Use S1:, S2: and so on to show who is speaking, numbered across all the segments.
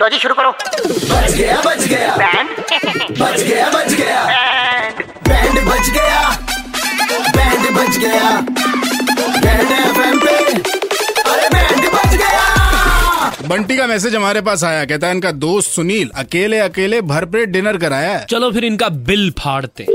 S1: लो जी शुरू करो
S2: बच गया बच गया
S1: बैंड
S2: बच गया बच गया बैंड बच गया बैंड बच गया बैंड एफएम पे अरे बैंड बच गया
S3: बंटी का मैसेज हमारे पास आया कहता है इनका दोस्त सुनील अकेले अकेले भरपेट डिनर कराया है
S4: चलो फिर इनका बिल फाड़ते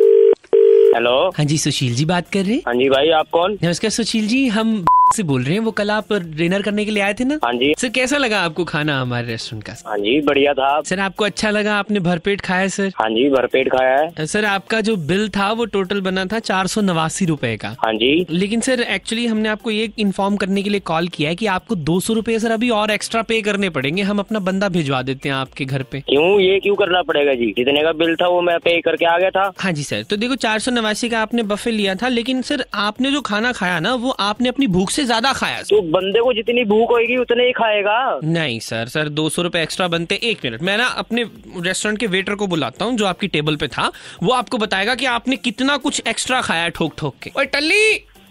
S5: हेलो
S4: हाँ जी सुशील जी बात कर रहे हैं
S5: हाँ जी भाई आप कौन
S4: नमस्कार सुशील जी हम से बोल रहे हैं वो कल आप डिनर करने के लिए आए थे ना
S5: हाँ जी
S4: सर कैसा लगा आपको खाना हमारे रेस्टोरेंट का
S5: हाँ जी बढ़िया था आप
S4: सर आपको अच्छा लगा आपने भरपेट खाया सर
S5: हाँ जी भरपेट खाया है
S4: सर आपका जो बिल था वो टोटल बना था चार सौ नवासी रुपए का
S5: हाँ जी
S4: लेकिन सर एक्चुअली हमने आपको ये इन्फॉर्म करने के लिए कॉल किया है कि आपको दो सौ रुपये सर अभी और एक्स्ट्रा पे करने पड़ेंगे हम अपना बंदा भिजवा देते हैं आपके घर पे
S5: क्यों ये क्यों करना पड़ेगा जी जितने का बिल था वो मैं पे करके आ गया था
S4: हाँ जी सर तो देखो चार सौ नवासी का आपने बफे लिया था लेकिन सर आपने जो खाना खाया ना वो आपने अपनी भूख से ज्यादा खाया सर
S5: तो बंदे को जितनी भूख होगी उतने ही खाएगा
S4: नहीं सर सर दो सौ रुपये एक्स्ट्रा बनते एक मिनट मैं ना अपने रेस्टोरेंट के वेटर को बुलाता हूँ जो आपकी टेबल पे था वो आपको बताएगा कि आपने कितना कुछ एक्स्ट्रा खाया है ठोक ठोक के ओए टल्ली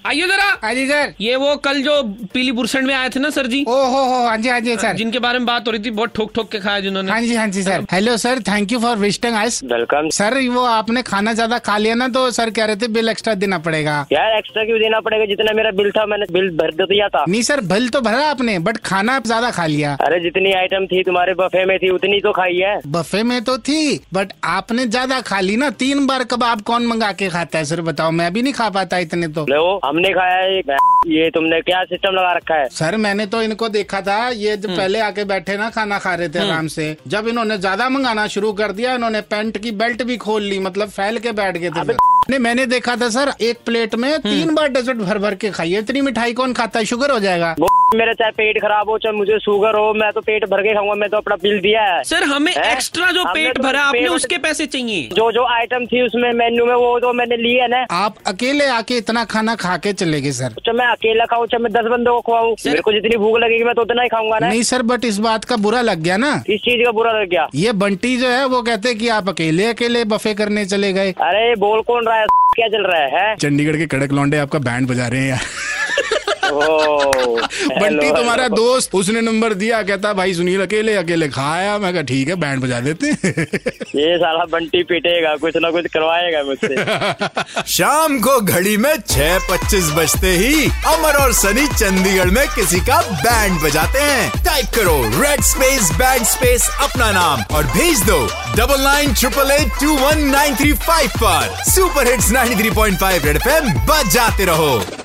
S4: आइयो जरा
S6: हाँ जी सर
S4: ये वो कल जो पीली बुरसण में आए थे ना सर जी
S6: ओ हो हो हाँ जी हाँ जी सर
S4: जिनके बारे में बात हो रही थी बहुत ठोक ठोक के खाया
S6: हाँ
S4: जिन्होंने
S6: जी हाँ जी sir hello sir thank you for visiting ice
S5: welcome
S6: sir वो आपने खाना ज्यादा खा लिया ना तो सर कह रहे थे बिल एक्स्ट्रा देना पड़ेगा
S5: यार एक्स्ट्रा क्यों देना पड़ेगा जितना मेरा बिल था मैंने बिल भर दिया था
S6: नहीं सर बिल तो भरा आपने बट खाना आप ज्यादा खा लिया
S5: अरे जितनी आइटम थी तुम्हारे बफे में थी उतनी तो खाई है
S6: बफे में तो थी बट आपने ज्यादा खा ली ना तीन बार कबाब कौन मंगा के खाता है सर बताओ मैं भी नहीं खा पाता इतने तो
S5: लो हमने खाया है ये ये तुमने क्या सिस्टम लगा रखा है
S6: सर मैंने तो इनको देखा था ये जो
S3: हम्म।
S6: पहले आके बैठे ना खाना खा रहे थे आराम से जब इन्होंने ज्यादा मंगाना शुरू कर दिया इन्होंने पैंट की बेल्ट भी खोल ली मतलब फैल के बैठ गए थे सर। नहीं मैंने देखा था सर एक प्लेट में
S3: हम्म।
S6: तीन बार डेजर्ट भर भर के खाई है। इतनी मिठाई कौन खाता है शुगर हो जाएगा
S5: वो मेरा चाहे पेट खराब हो चाहे मुझे शुगर हो मैं तो पेट भर के खाऊंगा मैं तो अपना बिल दिया है
S4: सर हमें
S5: हैं?
S4: एक्स्ट्रा जो
S5: हमने
S4: पेट
S5: तो
S4: भरा आपने
S5: पेट-
S4: उसके पैसे चाहिए
S5: जो जो आइटम थी उसमें मेन्यू में वो तो मैंने लिए है ना
S6: आप अकेले आके इतना खाना खा के चले गए सर
S5: चाहे मैं अकेला खाऊं चाहे मैं दस बंदों को खवाऊं मेरे को जितनी भूख लगेगी मैं तो उतना ही खाऊंगा ना
S6: नहीं सर बट इस बात का बुरा लग गया ना
S5: किस चीज का बुरा लग गया
S6: ये बंटी जो है वो कहते कि आप अकेले अकेले बफे करने चले गए
S5: अरे बोल कौन रहा है क्या चल रहा है, हैं?
S3: चंडीगढ़ के कड़क लौंडे आपका बैंड बजा रहे हैं यार
S5: ओ,
S3: बंटी
S5: hello,
S3: तुम्हारा
S5: hello.
S3: दोस्त उसने नंबर दिया कहता भाई सुनील अकेले अकेले खाया मैं कहा ठीक है बैंड बजा देते हैं
S5: ये साला बंटी पीटेगा कुछ ना कुछ करवाएगा मुझसे
S7: शाम को घड़ी में छह पच्चीस बजते ही अमर और सनी चंडीगढ़ में किसी का बैंड बजाते हैं टाइप करो रेड स्पेस बैंड स्पेस अपना नाम और भेज दो double nine triple eight two one nine three five पर super hits 93.5 three point five red M बजाते रहो